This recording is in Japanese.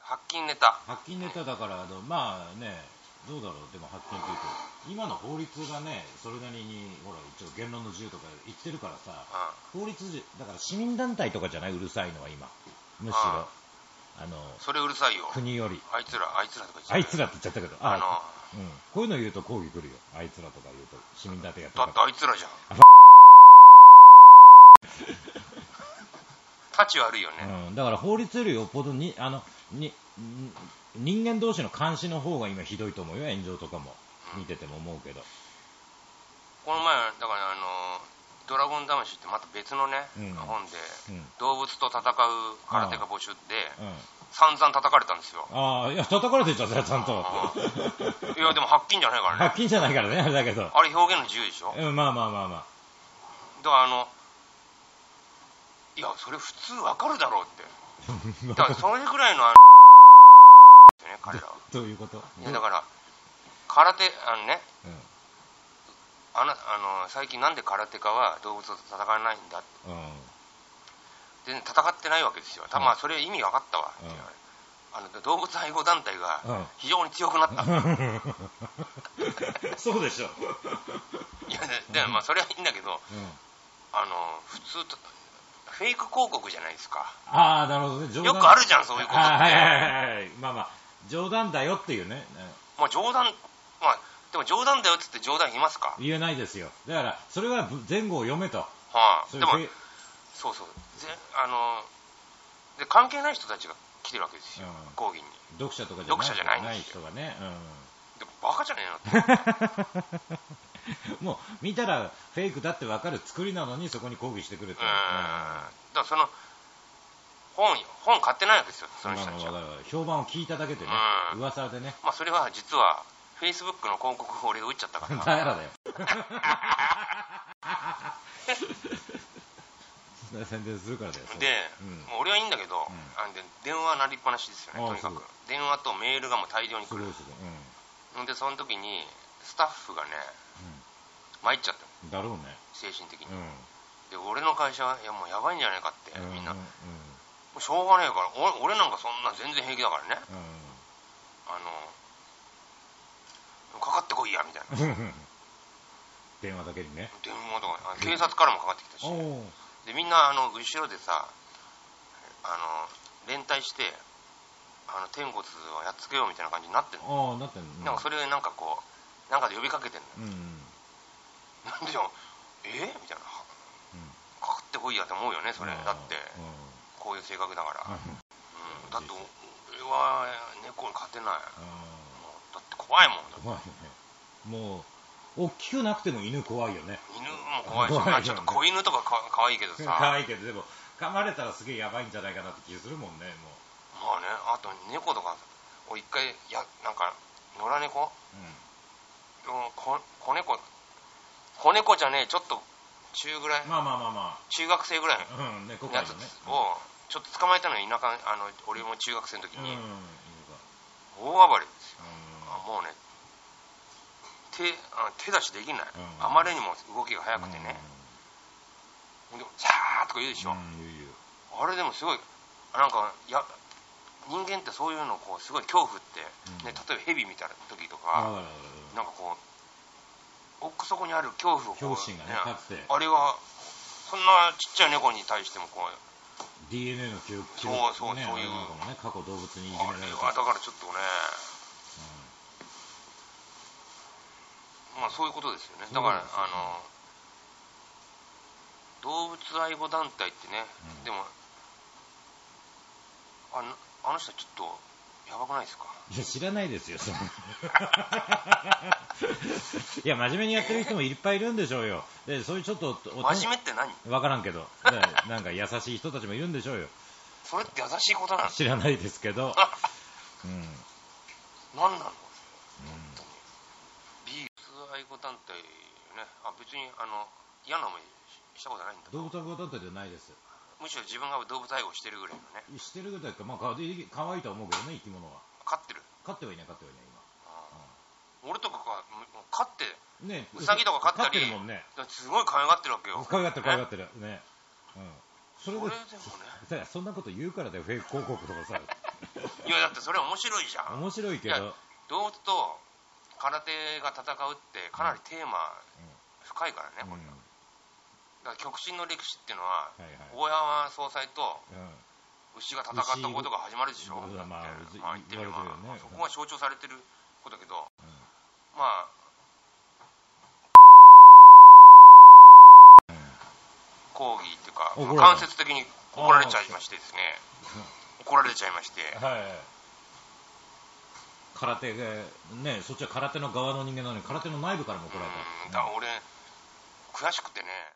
発禁ネタ発禁ネタだからあのまあねどうだろうでも発禁というと今の法律がねそれなりにほら一応言論の自由とか言ってるからさ法律じだから市民団体とかじゃないうるさいのは今むしろああのそれうるさいよ国よりあいつらあいつらとか言っちゃあいつらっって言っちゃったけどあのあうん、こういうの言うと抗議来るよあいつらとか言うと市民団体やってだるっかてあいつらじゃんあタチ悪いよね、ら、うん、だから法律よりよっぽどにあのにに人間同士の監視の方が今ひどいと思うよ炎上とかも見てても思うけどこの前だからあのドラゴン魂ってまた別のね、うん本でうんうん動物と戦う空手家募集であ散々叩かれたんですよあいや叩かれてちゃうちゃんといやでも発禁じゃないからね発禁じゃないからねあれだけどあれ表現の自由でしょだかうんまあまあまあまあらあのいやそれ普通わかるだろうってだ からそれぐらいのあのってね彼らはどういうこといやだから空手あのねうあなあの最近なんで空手家は動物と戦わないんだってんうん全然戦ってないわけですよたうんまあそれ意味分かったわっていう、うんあの動物愛護団体うがん非常に強くなった、いそうでしょやででまあそれはいいんだけどうんあの普通とフェイク広告じゃないですかああなるほどね冗よくあるじゃんそういうことってあーはいはいはいはいまあまあ冗談だよっていうねまあ冗談まあでも冗談だよっつって冗談言いますか、言えないですよだからそれはぶ前後を読めとはあ、そでれもフェそうそうぜあので関係ない人たちが来てるわけですよ、うん講義に読者とかじゃ読者じゃないんです人がね、でもバカじゃねえのっ てうん、もう見たらフェイクだって分かる作りなのにそこに抗議してくれうんだて、からその本本買ってないわけですよその人たちまあは、まあまあ評判を聞いただけでね、うん噂でねまあ、それは実はフェイスブックの広告を俺が打っちゃったか だらか らだよ宣伝するからだよそれで、うんもう俺はいいんだけど、んあので電話鳴りっぱなしですよねああとにかくそ電話とメールがもう大量にす来ごいるすごい、のでその時にスタッフがね参っちゃったうん、だろうね精神的に、うんで俺の会社はいやもうやばいんじゃないかって、みんなうもんうしょうがねえからお俺なんかそんな全然平気だからねあのかかってこいやみたいなうんうん電話だけに ね電話とかあ警察からもかかってきたしおおでみんなあの後ろでさあの連帯してあの天骨をやっつけようみたいな感じになってんの、ああなってんのなんかそれなんかこうなんかで呼びかけてんのうんうんなん でじゃんえみたいなかかってこいやって思うよねそれうんだってうんこういう性格だから、あうん、だって俺は猫に勝てないあもうだって怖いもんだって怖いねもう大きくなくても犬怖いよね犬も怖いし怖いよねまあちょっと子犬とかかかわいいけどさ 可愛いけどでも噛まれたらすげえやばいんじゃないかなって気するもんねまあねあと猫とか俺一回やなんか野良猫うんこ子猫子猫じゃねえちょっと中ぐらいもうまあまあまあま中学生ぐらいあうん猫の飼やいつよねをちょっと捕まえたのよ田舎あの俺も中学生の時うんに犬大暴れですよあかもうね手あ手出しできないうんあまりにも動きが速うんくてねでも「シャー」とか言うでしょうん言う言うあれでもすごいなんかや人間ってそういうのをこうすごい恐怖って、うんね、例えば蛇見た時とあらか、らららなんかこう奥底にある恐怖をこう教師がねかつてあれはそんなちっちゃい猫に対してもこう DNA の記憶そうそうねそういうあれなんかもね過去動物にいじめあられれはただからちょっとねまあそういうことですよねだからそうですよねあの動物愛護団体ってね、うんでもあのあの人ちょっとやばくないですかいや知らないですよそんな いや真面目にやってる人もいっぱいいるんでしょうよでそういうちょっとお真面目って何分からんけどでなんか優しい人たちもいるんでしょうよそれって優しいことなの知らないですけど、うんうん、何なのビーツ愛護団体ねあ別にあの嫌な思いしたことないんだ動物愛護団体じゃないですむしろ自分が動物愛護してるぐらいのねしてるぐらいか、まあ、かわいいかわいいとは思うけどね生き物は飼ってる飼ってはいない飼ってはいない俺とかがもう飼って今ねウサギとか飼ったり飼ってるもんねだからすごい可愛がってるわけよ可愛がってる可愛がねってるね、うん、そそれれででもねだからそんなこと言うからだよフェイク広告とかさいやだってそれ面白いじゃん面白いけいどや、動物と空手が戦うってかなりテーマ深いからね、うん、こはいれだから極真の歴史っていうのは、はい、大山総裁とうん、牛が戦ったことが始まるでしょ、牛だってまあ牛まあ言ってみれば、言われてるよねそこが象徴されてることだけど、うんまあ、抗議っていうか、怒ら間れた接的に怒られちゃいましてですね、怒られちゃいまして、はい空手がねそっちは空手の側の人間なのに空手の内部からも怒られうんた、だから俺、悔しくてね。